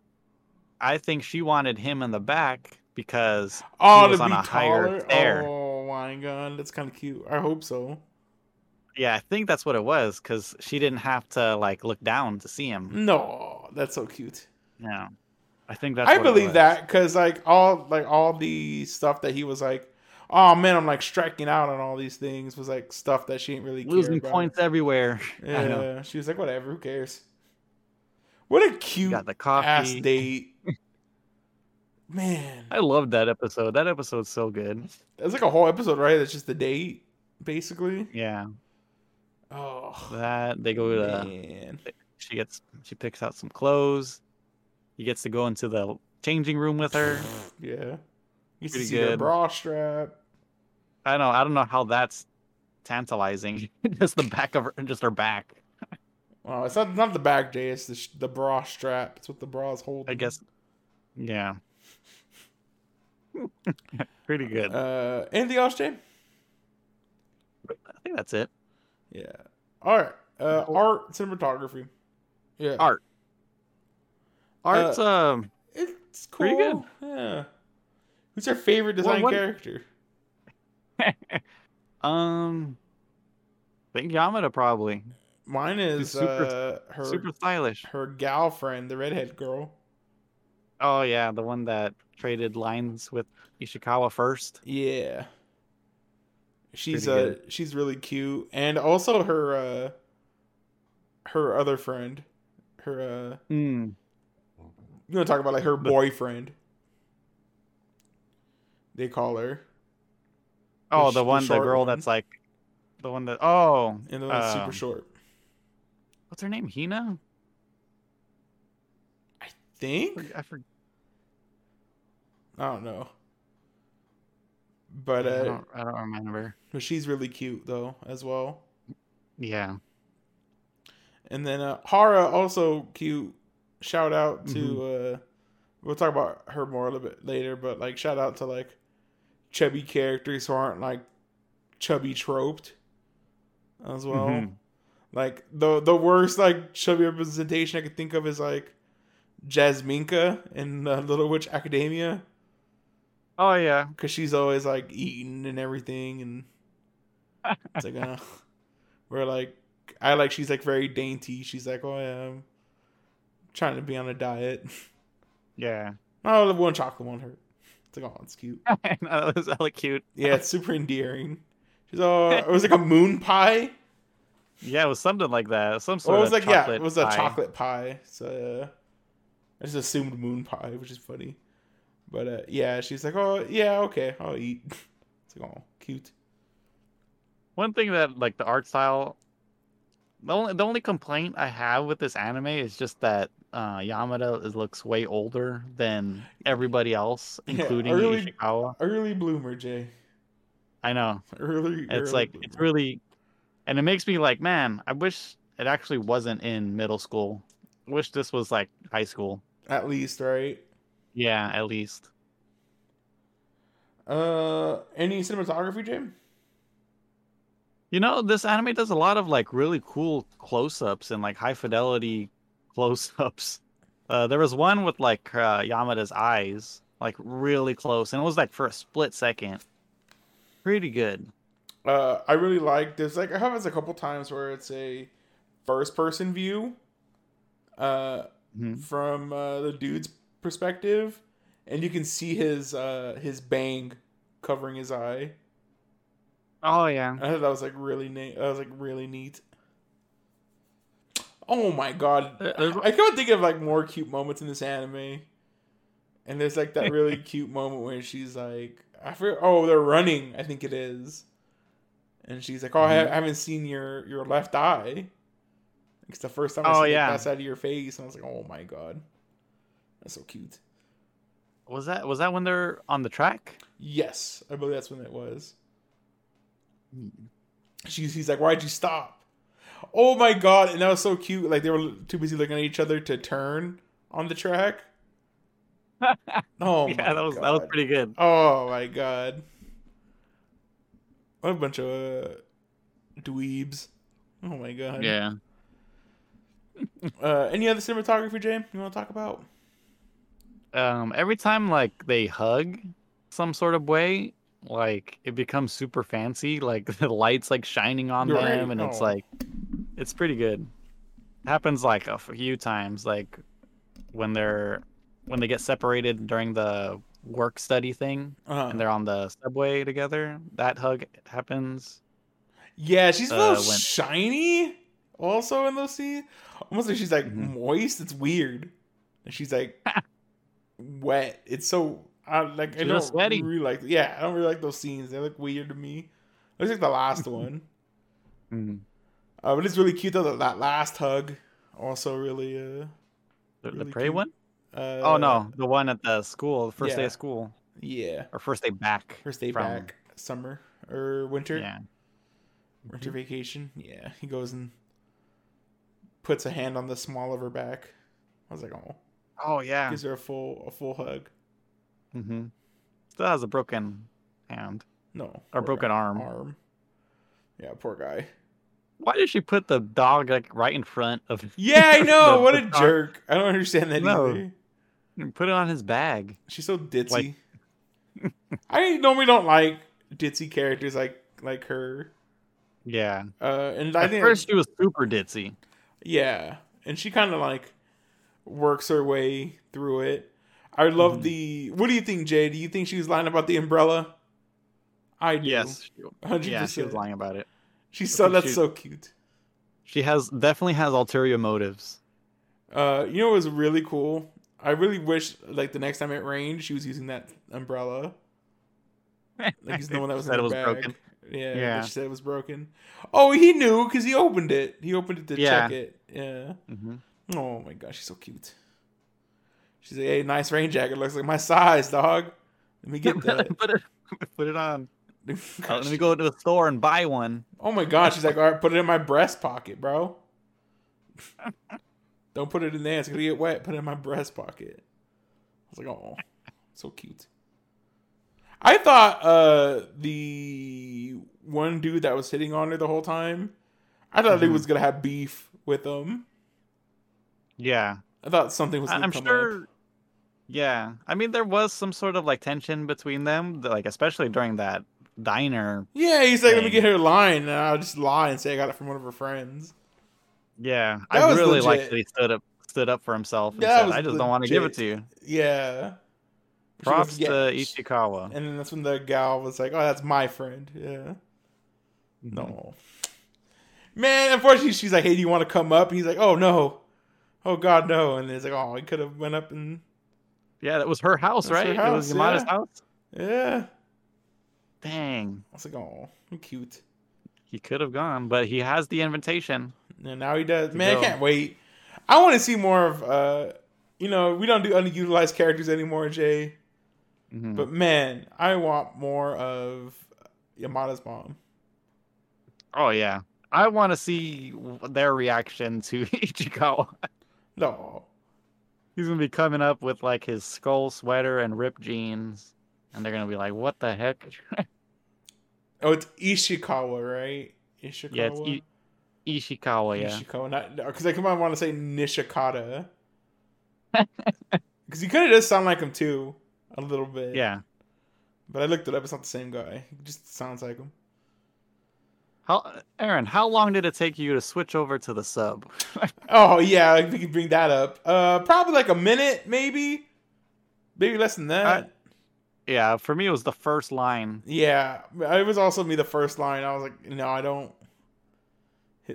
Speaker 2: I think she wanted him in the back because
Speaker 1: oh,
Speaker 2: was
Speaker 1: to
Speaker 2: on
Speaker 1: be
Speaker 2: a higher
Speaker 1: taller.
Speaker 2: stair.
Speaker 1: Oh my god, that's kind of cute. I hope so.
Speaker 2: yeah, I think that's what it was cuz she didn't have to like look down to see
Speaker 1: Hmm.
Speaker 2: him.
Speaker 1: No, that's so cute.
Speaker 2: Yeah. I think that's
Speaker 1: I
Speaker 2: what it
Speaker 1: believe
Speaker 2: was.
Speaker 1: that because like all like all the stuff that he was like, oh man, I'm like striking out on all these things was like stuff that she didn't really care
Speaker 2: Losing
Speaker 1: about.
Speaker 2: points everywhere. I know.
Speaker 1: Yeah, she was like, whatever, who cares? What a
Speaker 2: You
Speaker 1: cute
Speaker 2: got the
Speaker 1: ass
Speaker 2: coffee.
Speaker 1: date, man.
Speaker 2: I loved that episode. That episode's so good.
Speaker 1: That's like a whole episode, right? That's just the date, basically.
Speaker 2: Yeah.
Speaker 1: Oh,
Speaker 2: That they go to
Speaker 1: man.
Speaker 2: she gets she picks out some clothes he gets to go into the changing room with her
Speaker 1: Yeah. You
Speaker 2: Pretty
Speaker 1: see their
Speaker 2: good.
Speaker 1: bra strap.
Speaker 2: i don't i don't know how that's tantalizing just the back of her just her back
Speaker 1: Oh, it's not not the back, Jay. It's the sh- the bra strap. It's what the bras hold.
Speaker 2: I guess. Yeah. Pretty good.
Speaker 1: Uh, anything else, Jay?
Speaker 2: I think that's it.
Speaker 1: Yeah. All right. Uh, art cinematography. Uh, Yeah.
Speaker 2: Art.
Speaker 1: Uh,
Speaker 2: Art's um
Speaker 1: It's cool.
Speaker 2: pretty good.
Speaker 1: Yeah. Who's our favorite design
Speaker 2: what-
Speaker 1: character?
Speaker 2: um I think Yamada probably.
Speaker 1: Mine is
Speaker 2: super-
Speaker 1: uh, her
Speaker 2: Super stylish.
Speaker 1: her gal friend, the redhead girl.
Speaker 2: Oh yeah, the one that traded lines with Ishikawa first.
Speaker 1: Yeah. She's
Speaker 2: Pretty
Speaker 1: uh she's really cute and also her uh her other friend, her uh
Speaker 2: Mm.
Speaker 1: you want to talk about like her
Speaker 2: The-
Speaker 1: boyfriend. They call her
Speaker 2: Oh,
Speaker 1: sh-
Speaker 2: the
Speaker 1: the
Speaker 2: one, the,
Speaker 1: short
Speaker 2: girl
Speaker 1: one.
Speaker 2: that's like, the one that. Oh,
Speaker 1: and the one's
Speaker 2: um,
Speaker 1: super short.
Speaker 2: What's her name? Hina?
Speaker 1: I think.
Speaker 2: I forget.
Speaker 1: I don't know. But
Speaker 2: I,
Speaker 1: uh
Speaker 2: don't, I don't remember.
Speaker 1: but she's really cute though as well.
Speaker 2: Yeah.
Speaker 1: And then uh, Hara also cute. Shout out to uh, we'll talk about her more a little bit later, but like shout out to like chubby characters who aren't like chubby troped as well.
Speaker 2: Mhm.
Speaker 1: Like the the worst like chubby representation I could think of is like Jasminka in uh, Little Witch Academia
Speaker 2: Oh yeah.
Speaker 1: because she's always like eating and everything, and it's like, uh, we're like, I like she's like very dainty. She's like, oh yeah, I'm trying to be on a diet.
Speaker 2: Yeah.
Speaker 1: Oh, the one chocolate won't hurt. It's like, oh, it's cute.
Speaker 2: that was hella cute.
Speaker 1: Yeah, it's super endearing. She's oh, it was like a moon pie.
Speaker 2: Yeah, it was something like that. Some
Speaker 1: Or
Speaker 2: sort
Speaker 1: it was
Speaker 2: of
Speaker 1: like yeah,
Speaker 2: chocolate
Speaker 1: it was a
Speaker 2: pie.
Speaker 1: chocolate pie. So uh, I just assumed moon pie, which is funny. But uh, yeah, she's like, oh yeah, okay, I'll eat. It's like, oh, cute.
Speaker 2: One thing that like the art style. The only the only complaint I have with this anime is just that uh, Yamada is, looks way older than everybody else,
Speaker 1: Yeah,
Speaker 2: including
Speaker 1: early-
Speaker 2: Ishikawa.
Speaker 1: Early bloomer, Jay.
Speaker 2: I know.
Speaker 1: Early.
Speaker 2: And
Speaker 1: early
Speaker 2: it's like it's really and it makes me like man i wish it actually wasn't in middle school I wish this was like high school
Speaker 1: at least, right?
Speaker 2: yeah at least
Speaker 1: Uh, any cinematography, Jim?
Speaker 2: you know this anime does a lot of like really cool close-ups and like high fidelity close-ups uh, there was one with like uh, yamada's eyes like really close and it was like for a split second pretty good
Speaker 1: Uh, I really like. There's like I have it's a couple times where it's a first person view, uh,
Speaker 2: Mhm.
Speaker 1: from uh, the dude's perspective, and you can see his uh his bang covering his eye.
Speaker 2: oh yeah
Speaker 1: I thought that was like really neat. That was like really neat. Oh my god!
Speaker 2: There- there's-
Speaker 1: I can't think of like more cute moments in this anime. And there's like that really cute moment where she's like, I forget. Oh, they're running. I think it is. And she's like, Oh, I,
Speaker 2: Mhm.
Speaker 1: I haven't seen your your left eye. It's the first time I
Speaker 2: Oh,
Speaker 1: see
Speaker 2: yeah.
Speaker 1: that side of your face, and I was like, Oh my god, that's so cute.
Speaker 2: was that was that when they're on the track
Speaker 1: Yes, I believe that's when it was.
Speaker 2: Hmm.
Speaker 1: she's he's like, "Why'd you stop?" Oh my god! And that was so cute. Like they were too busy looking at each other to turn on the track. Oh
Speaker 2: yeah that was that was pretty good
Speaker 1: Oh my god! What a bunch of uh, dweebs! Oh my god!
Speaker 2: yeah
Speaker 1: Uh, any other cinematography, Jay? You want to talk about?
Speaker 2: um every time like they hug some sort of way like it becomes super fancy like the lights like shining on
Speaker 1: Right,
Speaker 2: them and it's
Speaker 1: oh.
Speaker 2: like it's pretty good happens like a few times like when they're when they get separated during the work study thing
Speaker 1: Uh,
Speaker 2: and they're on the subway together that hug happens
Speaker 1: yeah, she's a
Speaker 2: uh,
Speaker 1: little
Speaker 2: when-
Speaker 1: shiny. Also in those scenes, almost like she's like
Speaker 2: Mhm.
Speaker 1: moist. It's weird. And she's like wet. It's so I like I
Speaker 2: She
Speaker 1: don't
Speaker 2: was sweaty.
Speaker 1: really like yeah, I don't really like those scenes. They look weird to me. Looks like the last one.
Speaker 2: Mm.
Speaker 1: Uh, but it's really cute though that, that last hug also really uh,
Speaker 2: the, the
Speaker 1: Really
Speaker 2: prey
Speaker 1: cute.
Speaker 2: one?
Speaker 1: uh
Speaker 2: Oh no the one at the school the first day
Speaker 1: yeah.
Speaker 2: of school
Speaker 1: Yeah.
Speaker 2: or first day back
Speaker 1: First day
Speaker 2: from-
Speaker 1: back summer or winter.
Speaker 2: yeah
Speaker 1: Winter vacation. Yeah. He goes and puts a hand on the small of her back. I was like, oh,
Speaker 2: Oh yeah.
Speaker 1: gives her a full a full hug.
Speaker 2: Mm-hmm. Still has a broken hand
Speaker 1: No,
Speaker 2: or
Speaker 1: poor
Speaker 2: broken
Speaker 1: guy.
Speaker 2: arm.
Speaker 1: arm. Yeah, poor guy.
Speaker 2: Why did she put the dog like right in front of?
Speaker 1: Yeah, I know.
Speaker 2: the-
Speaker 1: what
Speaker 2: the
Speaker 1: a
Speaker 2: dog-
Speaker 1: jerk. I don't understand that
Speaker 2: No.
Speaker 1: either.
Speaker 2: and Put it on his bag.
Speaker 1: She's so ditzy.
Speaker 2: Like-
Speaker 1: I normally don't like ditzy characters like like her.
Speaker 2: Yeah.
Speaker 1: Uh, and I
Speaker 2: At
Speaker 1: think
Speaker 2: first she was super ditzy.
Speaker 1: yeah, and she kind of like works her way through it. I love
Speaker 2: Mhm.
Speaker 1: the. What do you think, Jay? Do you think she was lying about the umbrella? I do.
Speaker 2: Yes. she-
Speaker 1: 100%.
Speaker 2: Yeah, she was lying about it.
Speaker 1: She's so
Speaker 2: think
Speaker 1: that's
Speaker 2: she-
Speaker 1: so cute.
Speaker 2: She has definitely has ulterior motives.
Speaker 1: Uh, you know what was really cool? I really wish like the next time it rained, she was using that umbrella. Like he's the one that was in
Speaker 2: Said
Speaker 1: her
Speaker 2: it was
Speaker 1: bag.
Speaker 2: broken.
Speaker 1: Yeah, that
Speaker 2: Yeah.
Speaker 1: She said it was broken. Oh, he knew because he opened it. He opened it to check
Speaker 2: Yeah.
Speaker 1: it. Yeah.
Speaker 2: hmm
Speaker 1: Oh my gosh, she's so cute. She's like, "Hey, nice rain jacket. Looks like my size, dog. Let me get that."
Speaker 2: put it put it on. Uh,
Speaker 1: Gosh.
Speaker 2: let me go to the store and buy one.
Speaker 1: Oh my gosh, she's like, "All right, put it in my breast pocket, bro. Don't put it in there. It's gonna get wet. Put it in my breast pocket." I was like, "Oh, so cute." I thought uh the one dude that was hitting on her the whole time, I thought he
Speaker 2: Mhm.
Speaker 1: was gonna have beef with them.
Speaker 2: Yeah.
Speaker 1: I thought something was.
Speaker 2: I-
Speaker 1: Gonna
Speaker 2: I'm
Speaker 1: come Up.
Speaker 2: sure. Yeah, I mean there was some sort of like tension between them, th- like especially during that diner.
Speaker 1: Yeah, he's like, "Let me
Speaker 2: Dang.
Speaker 1: get her a line," and I'll just lie and say I got it from one of her friends.
Speaker 2: Yeah,
Speaker 1: That
Speaker 2: I
Speaker 1: was
Speaker 2: really like
Speaker 1: legit.
Speaker 2: that he stood up, stood up for himself and
Speaker 1: That
Speaker 2: said,
Speaker 1: was
Speaker 2: "I just don't want to give
Speaker 1: legit.
Speaker 2: it to you."
Speaker 1: Yeah. She
Speaker 2: Props
Speaker 1: goes,
Speaker 2: to E
Speaker 1: "Yeah."
Speaker 2: Ichikawa.
Speaker 1: And then that's when the gal was like, "Oh, that's my friend." Yeah. No. Man, unfortunately, she's like, "Hey, do you want to come up?" And he's like, "Oh no, oh god, no." And it's like, "Oh, he could have went up and
Speaker 2: Yeah, that was her house,
Speaker 1: That's
Speaker 2: right?
Speaker 1: her
Speaker 2: it was
Speaker 1: house,
Speaker 2: Yamada's
Speaker 1: yeah.
Speaker 2: house.
Speaker 1: yeah."
Speaker 2: Dang,
Speaker 1: I was like, "Oh, I'm cute."
Speaker 2: he could have gone, but he has the invitation.
Speaker 1: And now he does.
Speaker 2: To
Speaker 1: Man, I
Speaker 2: go.
Speaker 1: can't wait. I want to see more of. uh You know, we don't do underutilized characters anymore, Jay.
Speaker 2: Mhm.
Speaker 1: But man, I want more of Yamada's mom.
Speaker 2: oh yeah, I want to see w- their reaction to Ichikawa.
Speaker 1: No,
Speaker 2: He's gonna be coming up with like his skull sweater and ripped jeans, and they're gonna be like, "What the heck?"
Speaker 1: oh, it's Ishikawa, right? Ishikawa.
Speaker 2: Yeah, it's I- Ishikawa, yeah.
Speaker 1: Nishikawa, not because I come on want to say Nishikata. Because he kind of does sound like him too, a little bit.
Speaker 2: Yeah.
Speaker 1: But I looked it up; it's not the same guy. He just sounds like him.
Speaker 2: How Aaron, how long did it take you to switch over to the sub?
Speaker 1: Oh yeah, like, we could bring that up. Uh, probably like a minute, maybe, maybe less than that.
Speaker 2: I- yeah, for me it was the first line.
Speaker 1: yeah, it was also me the first line. I was like, no, I don't.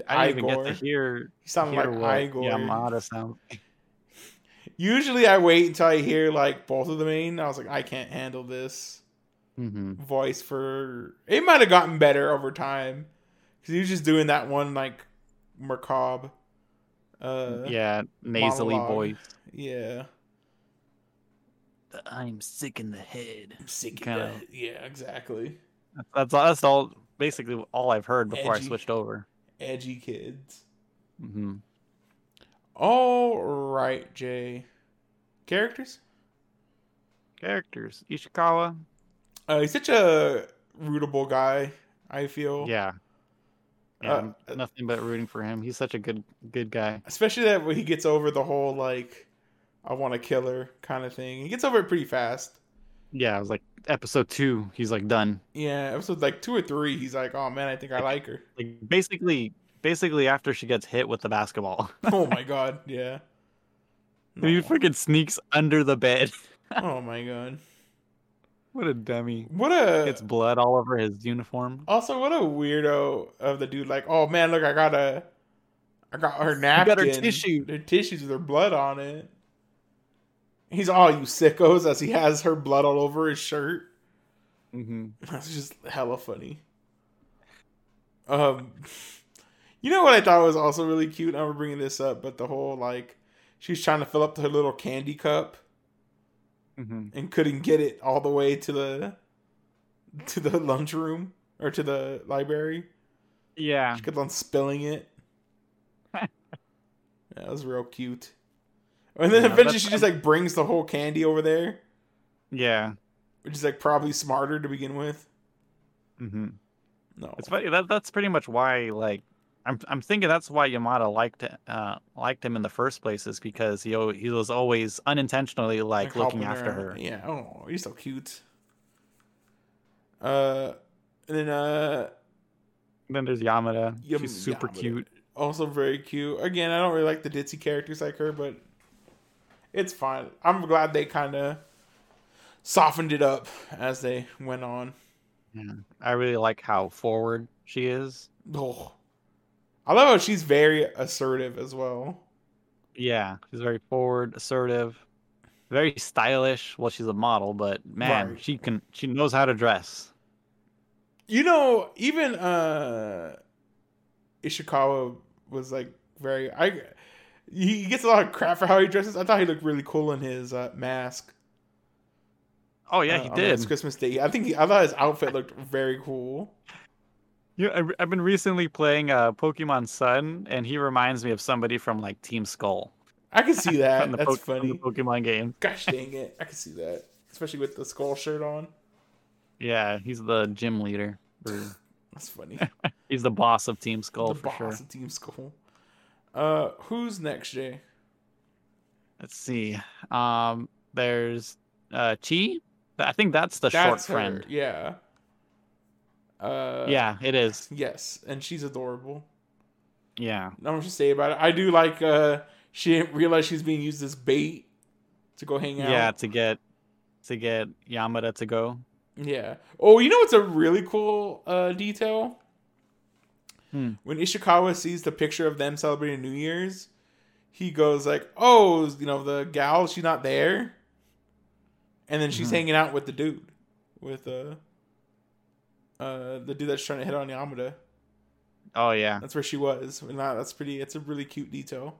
Speaker 2: I didn't even
Speaker 1: Igor.
Speaker 2: get to hear,
Speaker 1: He sounded
Speaker 2: hear
Speaker 1: like
Speaker 2: what
Speaker 1: Igor.
Speaker 2: Yamada sound.
Speaker 1: Usually, I wait until I hear like both of the main. I was like, I can't handle this.
Speaker 2: Mhm.
Speaker 1: voice for it might have gotten better over time because he was just doing that one like macabre uh
Speaker 2: Yeah, nasally
Speaker 1: monologue.
Speaker 2: voice.
Speaker 1: yeah
Speaker 2: I'm sick in the head.
Speaker 1: I'm sick of
Speaker 2: Kinda-
Speaker 1: that. yeah exactly
Speaker 2: That's all, that's all basically all I've heard before
Speaker 1: Edgy.
Speaker 2: I switched over.
Speaker 1: edgy kids
Speaker 2: hmm
Speaker 1: all right jay characters
Speaker 2: Characters. Ishikawa.
Speaker 1: uh he's such a rootable guy i feel
Speaker 2: Yeah. Yeah,
Speaker 1: Uh,
Speaker 2: I'm nothing but rooting for him. He's such a good good guy.
Speaker 1: especially that when he gets over the whole like i want to kill her kind of thing he gets over it pretty fast
Speaker 2: Yeah, it was like episode two, he's like done.
Speaker 1: yeah episode like two or three he's like oh man i think i like her
Speaker 2: Like basically basically after she gets hit with the basketball.
Speaker 1: oh my god, yeah.
Speaker 2: And he
Speaker 1: No.
Speaker 2: freaking sneaks under the bed.
Speaker 1: oh my god.
Speaker 2: What a dummy.
Speaker 1: What a
Speaker 2: Gets blood all over his uniform.
Speaker 1: also what a weirdo of the dude like, oh man, look I got a I got her napkin.
Speaker 2: got her tissue.
Speaker 1: Her tissues with her blood on it. He's all you sickos as he has her blood all over his shirt.
Speaker 2: Mm-hmm.
Speaker 1: That's just hella funny. Um, you know what I thought was also really cute. I'm bringing this up, but the whole like she's trying to fill up her little candy cup
Speaker 2: Mm-hmm.
Speaker 1: and couldn't get it all the way to the to the lunchroom or to the library.
Speaker 2: Yeah.
Speaker 1: She kept on spilling it. That was real cute. And then
Speaker 2: Yeah,
Speaker 1: eventually
Speaker 2: that's-
Speaker 1: she just like brings the whole candy over there,
Speaker 2: Yeah.
Speaker 1: which is like probably smarter to begin with.
Speaker 2: hmm
Speaker 1: No,
Speaker 2: It's funny. That, that's pretty much why, like, I'm I'm thinking that's why Yamada liked uh liked him in the first place is because he al- he was always unintentionally like looking
Speaker 1: helping
Speaker 2: after her.
Speaker 1: Yeah. Oh, you're so cute. Uh, and then uh,
Speaker 2: Then there's Yamada.
Speaker 1: Yam-
Speaker 2: She's super
Speaker 1: Yamada.
Speaker 2: cute.
Speaker 1: also very cute. Again, I don't really like the ditzy characters like her, but it's fine. I'm glad they kind of softened it up as they went on.
Speaker 2: I really like how forward she is.
Speaker 1: Oh, I love how she's very assertive as well.
Speaker 2: Yeah, she's very forward, assertive, very stylish. Well, she's a model, but man,
Speaker 1: Right.
Speaker 2: she can she knows how to dress.
Speaker 1: You know, even uh Ishikawa was like very I he gets a lot of crap for how he dresses. I thought he looked really cool in his uh, mask.
Speaker 2: Oh yeah,
Speaker 1: uh,
Speaker 2: he
Speaker 1: on
Speaker 2: did.
Speaker 1: his Christmas Day. I think he, I thought his outfit looked very cool.
Speaker 2: You know, I- I've been recently playing uh, Pokemon Sun, and he reminds me of somebody from like Team Skull.
Speaker 1: I can see
Speaker 2: from
Speaker 1: that.
Speaker 2: the
Speaker 1: That's
Speaker 2: Poke- from the
Speaker 1: funny.
Speaker 2: Pokemon game.
Speaker 1: Gosh dang it. I can see that. Especially with the skull shirt on.
Speaker 2: Yeah, he's the gym leader. for-
Speaker 1: That's funny.
Speaker 2: he's the boss of Team
Speaker 1: the
Speaker 2: Skull Oh, for
Speaker 1: boss
Speaker 2: sure.
Speaker 1: of Team Skull. Uh who's next, Jay?
Speaker 2: Let's see. Um, there's uh, Chi. I think that's the short
Speaker 1: her,
Speaker 2: friend.
Speaker 1: Yeah. Uh
Speaker 2: yeah, it is.
Speaker 1: Yes, and she's adorable.
Speaker 2: Yeah.
Speaker 1: not much to say about it. I do like uh she didn't realize she's being used as bait to go hang out.
Speaker 2: yeah, to get to get Yamada to go.
Speaker 1: Yeah. Oh, you know what's a really cool uh detail?
Speaker 2: Hmm.
Speaker 1: When Ishikawa sees the picture of them celebrating New Year's, he goes like, "Oh, you know the gal, she's not there," and then she's
Speaker 2: Mhm.
Speaker 1: hanging out with the dude, with uh, uh, the dude that's trying to hit on Yamada.
Speaker 2: Oh yeah.
Speaker 1: That's where she was, and that, that's pretty. It's a really cute detail.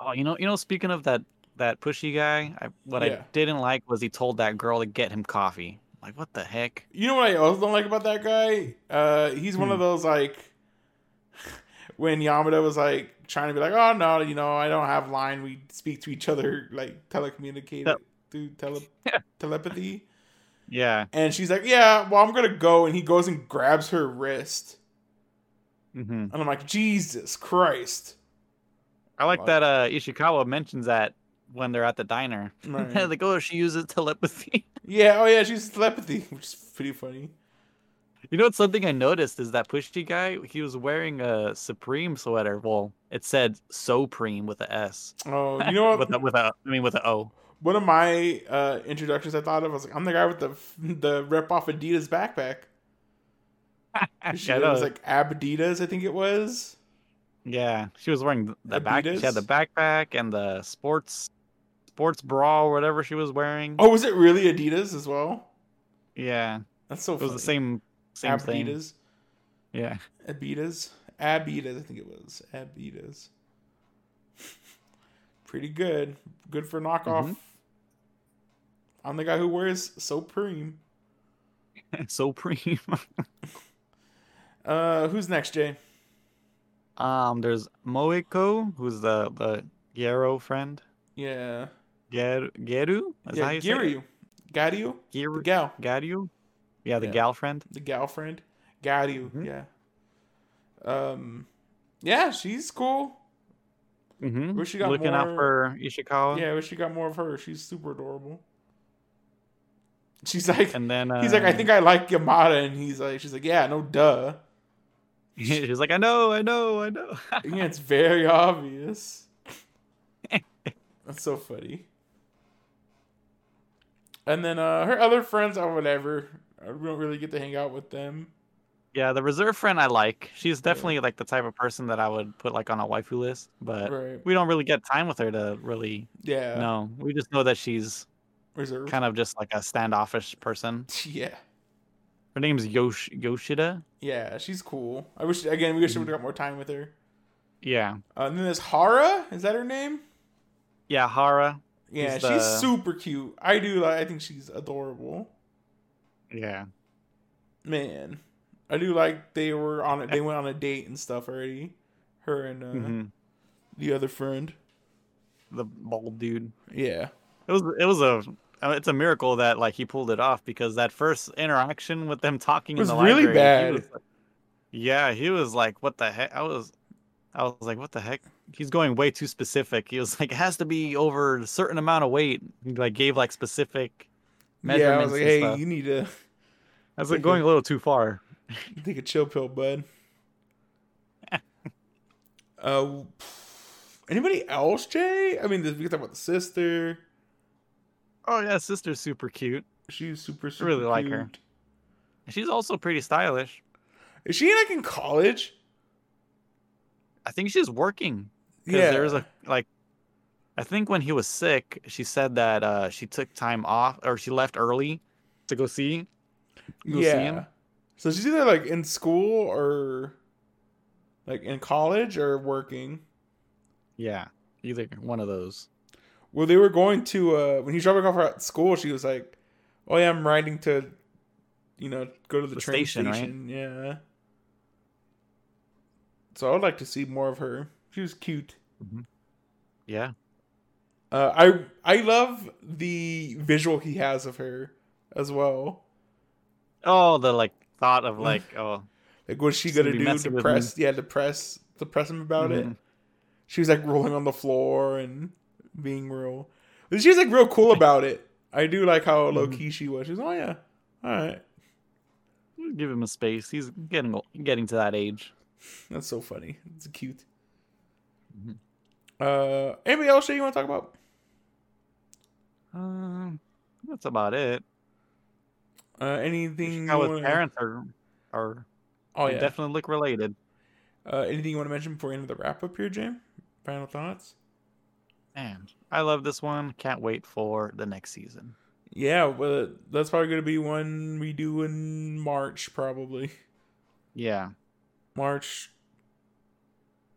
Speaker 2: Oh, you know, you know. Speaking of that that pushy guy, I, what
Speaker 1: Yeah.
Speaker 2: I didn't like was he told that girl to get him coffee. Like, what the heck?
Speaker 1: You know what I also don't like about that guy? Uh, he's one of those like when Yamada was like trying to be like, oh no, you know, I don't have line. We speak to each other like telecommunicate
Speaker 2: Yep.
Speaker 1: through tele- telepathy.
Speaker 2: Yeah.
Speaker 1: And she's like, yeah, well, I'm gonna go. And he goes and grabs her wrist,
Speaker 2: hmm
Speaker 1: and I'm like, Jesus Christ!
Speaker 2: I like
Speaker 1: Like-
Speaker 2: that uh, Ishikawa mentions that when they're at the diner.
Speaker 1: Right.
Speaker 2: like, oh, she uses telepathy.
Speaker 1: yeah, oh yeah, she's telepathy, which is pretty funny.
Speaker 2: you know, what's something I noticed is that pushy guy. He was wearing a Supreme sweater. Well, it said Supreme with a S.
Speaker 1: Oh, you know what?
Speaker 2: with a, with a I mean with a O.
Speaker 1: one of my uh, introductions I thought of was like, I'm the guy with the the rip off Adidas backpack. She
Speaker 2: I
Speaker 1: it
Speaker 2: know.
Speaker 1: was like Abdidas, I think it was.
Speaker 2: Yeah, she was wearing th- the back. She had the
Speaker 1: Adidas?
Speaker 2: backpack and the sports sports bra or whatever she was wearing.
Speaker 1: Oh, was it really Adidas as well?
Speaker 2: Yeah,
Speaker 1: That's so.
Speaker 2: it was the same same thing.
Speaker 1: Abdidas,
Speaker 2: Yeah,
Speaker 1: Adidas, Adidas. I think it was Adidas. Pretty good. Good for knockoff.
Speaker 2: Mm-hmm.
Speaker 1: I'm the guy who wears Supreme.
Speaker 2: Supreme.
Speaker 1: Uh, who's next, Jay?
Speaker 2: um, there's Moeko, who's the the Gero friend.
Speaker 1: Yeah,
Speaker 2: Geru, Geru? Is that how
Speaker 1: yeah.
Speaker 2: you say it?
Speaker 1: Giryu, Gadiu, the
Speaker 2: Geru,
Speaker 1: gal,
Speaker 2: Garu. Yeah, the
Speaker 1: Yeah.
Speaker 2: gal friend.
Speaker 1: the gal friend, Gadiu.
Speaker 2: Mhm.
Speaker 1: Yeah. Um, yeah, she's cool.
Speaker 2: Mm-hmm.
Speaker 1: Wish she got
Speaker 2: Looking out for Ishikawa.
Speaker 1: Yeah, I wish she got more of her. She's super adorable. She's like,
Speaker 2: And then uh,
Speaker 1: he's like, I think I like Yamada, and he's like, she's like, yeah, no, duh.
Speaker 2: uh, she's like, I know, I know, I know.
Speaker 1: Yeah, it's very obvious. That's so funny. And then uh her other friends or whatever, uh, we don't really get to hang out with them.
Speaker 2: Yeah, the reserve friend I like. She's definitely like the type of person that I would put like on a waifu list, but
Speaker 1: Right?
Speaker 2: Uh, we don't really get time with her to really
Speaker 1: Yeah.
Speaker 2: know. We just know that she's
Speaker 1: Reserve.
Speaker 2: kind of just like a standoffish person.
Speaker 1: Yeah.
Speaker 2: Her name's Yosh- Yoshida.
Speaker 1: Yeah, she's cool. I wish again. We wish we would have got more time with her.
Speaker 2: Yeah.
Speaker 1: Uh, and then there's Hara. Is that her name?
Speaker 2: Yeah, Hara.
Speaker 1: Yeah,
Speaker 2: She's
Speaker 1: she's
Speaker 2: the-
Speaker 1: super cute. I do. Like, I think she's adorable.
Speaker 2: Yeah.
Speaker 1: Man, I do like they were on it. They went on a date and stuff already. Her and uh,
Speaker 2: hmm
Speaker 1: the other friend.
Speaker 2: the bald dude.
Speaker 1: Yeah.
Speaker 2: It was it was a uh, it's a miracle that like he pulled it off because that first interaction with them talking
Speaker 1: Was
Speaker 2: in the
Speaker 1: really
Speaker 2: library, he
Speaker 1: bad.
Speaker 2: was like- yeah, he was like, "What the heck?" I was, I was like, "What the heck?" He's going way too specific. He was like, "It has to be over a certain amount of weight." He like gave like specific
Speaker 1: Yeah, I was
Speaker 2: measurements.
Speaker 1: like,
Speaker 2: and
Speaker 1: hey,
Speaker 2: stuff.
Speaker 1: you need to
Speaker 2: I was like going a little too far.
Speaker 1: take a chill pill, bud. uh, anybody else, Jay? I mean, we can talk about the sister.
Speaker 2: Oh yeah, sister's super cute.
Speaker 1: She's super, super.
Speaker 2: really like her.
Speaker 1: cute.
Speaker 2: She's also pretty stylish.
Speaker 1: Is she like in college?
Speaker 2: I think she's working. Because there was a like I think when he was sick, she said that uh she took time off or she left early to go see go see him.
Speaker 1: So she's either like in school or like in college or working.
Speaker 2: Yeah. Either one of those.
Speaker 1: Well, they were going to uh when he was dropping off her at school. She was like, "Oh yeah, I'm riding to, you know, go to the,
Speaker 2: The
Speaker 1: train
Speaker 2: station, right?
Speaker 1: station." Yeah. So I would like to see more of her. She was cute.
Speaker 2: Yeah.
Speaker 1: Uh, I I love the visual he has of her as well.
Speaker 2: Oh, the like thought of like oh
Speaker 1: Like, what's she
Speaker 2: She's gonna
Speaker 1: gonna
Speaker 2: be
Speaker 1: do?
Speaker 2: messing with me.
Speaker 1: Depress? Yeah, depress. Depress him about it.
Speaker 2: mhm.
Speaker 1: She was like rolling on the floor and being real. But she was like real cool about it. I do like how low
Speaker 2: Mm-hmm.
Speaker 1: key she was. She was, oh yeah, all right.
Speaker 2: We'll give him a space. He's getting ol- getting to that age.
Speaker 1: That's so funny. It's cute.
Speaker 2: Mhm.
Speaker 1: Uh, anybody else that you want to talk about?
Speaker 2: Um that's about it.
Speaker 1: Uh, anything?
Speaker 2: How
Speaker 1: you
Speaker 2: his
Speaker 1: wanna-
Speaker 2: parents are are
Speaker 1: Oh
Speaker 2: they
Speaker 1: yeah.
Speaker 2: definitely look related.
Speaker 1: uh, anything you want to mention before we end the wrap up here, Jim? Final thoughts?
Speaker 2: Man, I love this one. Can't wait for the next season.
Speaker 1: Yeah, well, that's probably gonna be one we do in March, probably
Speaker 2: Yeah.
Speaker 1: March.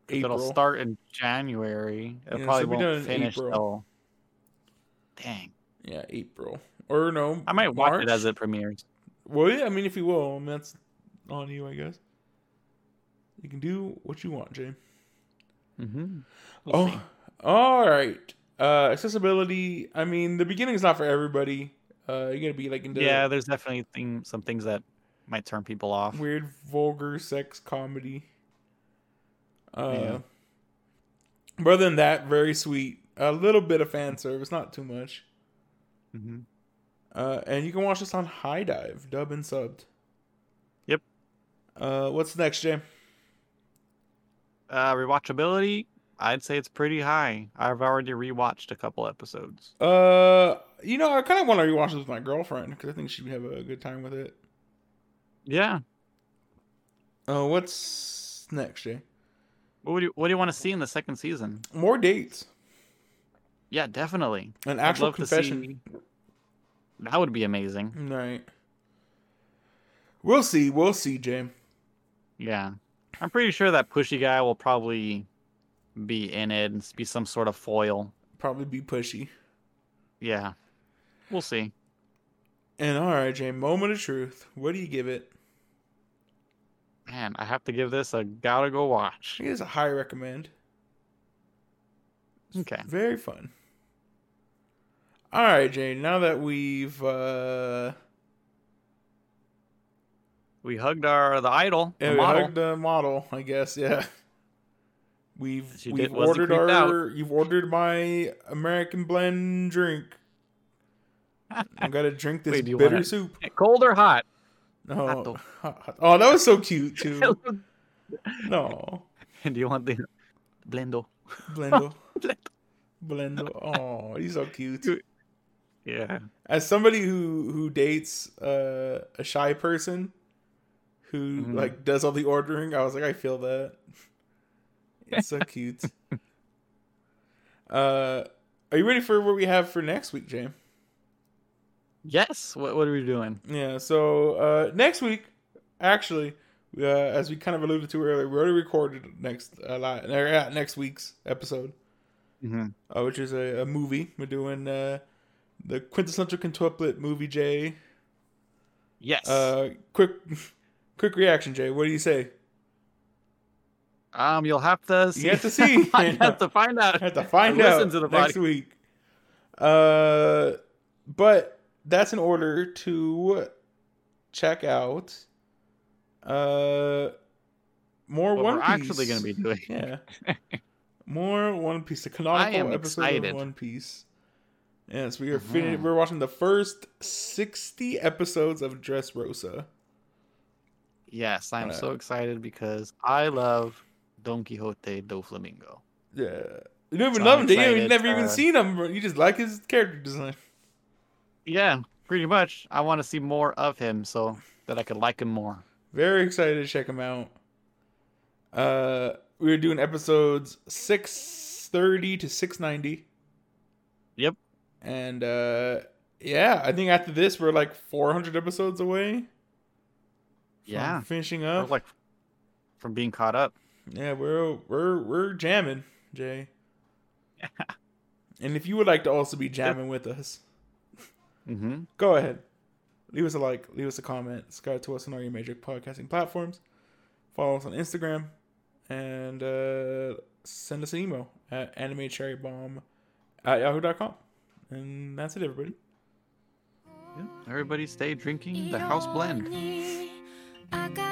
Speaker 2: It'll
Speaker 1: April.
Speaker 2: start in January. It
Speaker 1: Yeah, so
Speaker 2: probably
Speaker 1: we done
Speaker 2: won't
Speaker 1: in
Speaker 2: finish
Speaker 1: April.
Speaker 2: till. Dang,
Speaker 1: Yeah, April or no?
Speaker 2: I might watch it as
Speaker 1: March.
Speaker 2: it premieres.
Speaker 1: Well, yeah, I mean, if you will, I mean, that's on you, I guess. You can do what you want, Jim.
Speaker 2: Mm-hmm.
Speaker 1: oh, all right. Uh, accessibility. I mean, the beginning is not for everybody. Uh, you're gonna be like into
Speaker 2: yeah, there's definitely thing, some things that might turn people off.
Speaker 1: weird, vulgar sex comedy. Uh,
Speaker 2: Yeah.
Speaker 1: but other than that, very sweet. A little bit of fan service, not too much.
Speaker 2: Mhm.
Speaker 1: Uh, and you can watch this on High Dive, dub and subbed.
Speaker 2: Yep.
Speaker 1: Uh, what's next, Jay?
Speaker 2: Uh, rewatchability, I'd say it's pretty high. I've already rewatched a couple episodes.
Speaker 1: Uh, you know, I kind of want to rewatch this with my girlfriend because I think she'd have a good time with it.
Speaker 2: Yeah.
Speaker 1: Uh, what's next, Jay?
Speaker 2: What do you, What do you want to see in the second season?
Speaker 1: More dates.
Speaker 2: Yeah, definitely.
Speaker 1: An
Speaker 2: I'd
Speaker 1: actual
Speaker 2: love to
Speaker 1: confession.
Speaker 2: see- That would be amazing.
Speaker 1: Right. We'll see. We'll see, Jay.
Speaker 2: Yeah. I'm pretty sure that pushy guy will probably be in it and be some sort of foil.
Speaker 1: Probably be pushy.
Speaker 2: Yeah. We'll see.
Speaker 1: And all right, Jay. Moment of truth. What do you give it?
Speaker 2: Man, I have to give this a gotta go watch.
Speaker 1: I think it's a high recommend.
Speaker 2: Okay.
Speaker 1: Very fun. All right, Jay. Now that we've uh,
Speaker 2: We hugged our the idol, the
Speaker 1: yeah, we
Speaker 2: model.
Speaker 1: hugged the model, I guess. Yeah. We've
Speaker 2: She
Speaker 1: we've
Speaker 2: did- wasn't
Speaker 1: ordered
Speaker 2: creeped
Speaker 1: our you've ordered my American blend drink. I'm gonna drink this
Speaker 2: Wait, do you
Speaker 1: bitter
Speaker 2: wanna-
Speaker 1: soup.
Speaker 2: Cold or hot?
Speaker 1: No.
Speaker 2: dog.
Speaker 1: Oh, that was so cute too.
Speaker 2: do
Speaker 1: No.
Speaker 2: you want the blendo?
Speaker 1: Blendo.
Speaker 2: Blendo.
Speaker 1: Blendo. Oh, he's so cute.
Speaker 2: Yeah.
Speaker 1: As somebody who who dates uh, a shy person who
Speaker 2: Mhm.
Speaker 1: like does all the ordering, I was like, I feel that. It's so cute. Uh, are you ready for what we have for next week, Jay?
Speaker 2: Yes. What What are we doing?
Speaker 1: Yeah. So uh, next week, actually, uh, as we kind of alluded to earlier, we already recorded next uh, li- or, uh, next week's episode.
Speaker 2: Mm-hmm.
Speaker 1: uh, which is a, a movie. We're doing uh, the quintessential quintuplet movie, Jay.
Speaker 2: Yes.
Speaker 1: Uh, quick, quick reaction, Jay. What do you say?
Speaker 2: Um, you'll have to see.
Speaker 1: You have to see.
Speaker 2: I have to find out.
Speaker 1: I have to find
Speaker 2: Listen
Speaker 1: out
Speaker 2: to the
Speaker 1: next
Speaker 2: podcast.
Speaker 1: week. Uh, but that's in order to check out uh more
Speaker 2: what
Speaker 1: One
Speaker 2: we're
Speaker 1: Piece.
Speaker 2: actually going to be doing.
Speaker 1: yeah more One Piece. The canonical
Speaker 2: I am
Speaker 1: episode
Speaker 2: excited.
Speaker 1: of One Piece. Yes, we are.
Speaker 2: Mhm.
Speaker 1: Fin- we're watching the first sixty episodes of Dressrosa.
Speaker 2: Yes, I'm
Speaker 1: Uh,
Speaker 2: so excited because I love Don Quixote do Flamingo.
Speaker 1: Yeah. You don't even
Speaker 2: So
Speaker 1: love
Speaker 2: I'm
Speaker 1: him. do You You
Speaker 2: excited,
Speaker 1: never even
Speaker 2: uh,
Speaker 1: seen him. bro. You just like his character design.
Speaker 2: Yeah, pretty much. I want to see more of him so that I could like him more.
Speaker 1: Very excited to check him out. Uh, we were doing episodes six thirty to six ninety.
Speaker 2: Yep.
Speaker 1: And uh, yeah, I think after this we're like four hundred episodes away. from
Speaker 2: Yeah,
Speaker 1: finishing
Speaker 2: or,
Speaker 1: up.
Speaker 2: like from being caught up.
Speaker 1: Yeah, we're we're we're jamming, Jay. and if you would like to also be jamming with us,
Speaker 2: hmm
Speaker 1: go ahead. Leave us a like, leave us a comment, subscribe to us on all your major podcasting platforms, follow us on Instagram, and uh, send us an email at animecherrybomb at yahoo.com. And that's it, everybody.
Speaker 2: Everybody stay drinking the house blend.
Speaker 3: 赤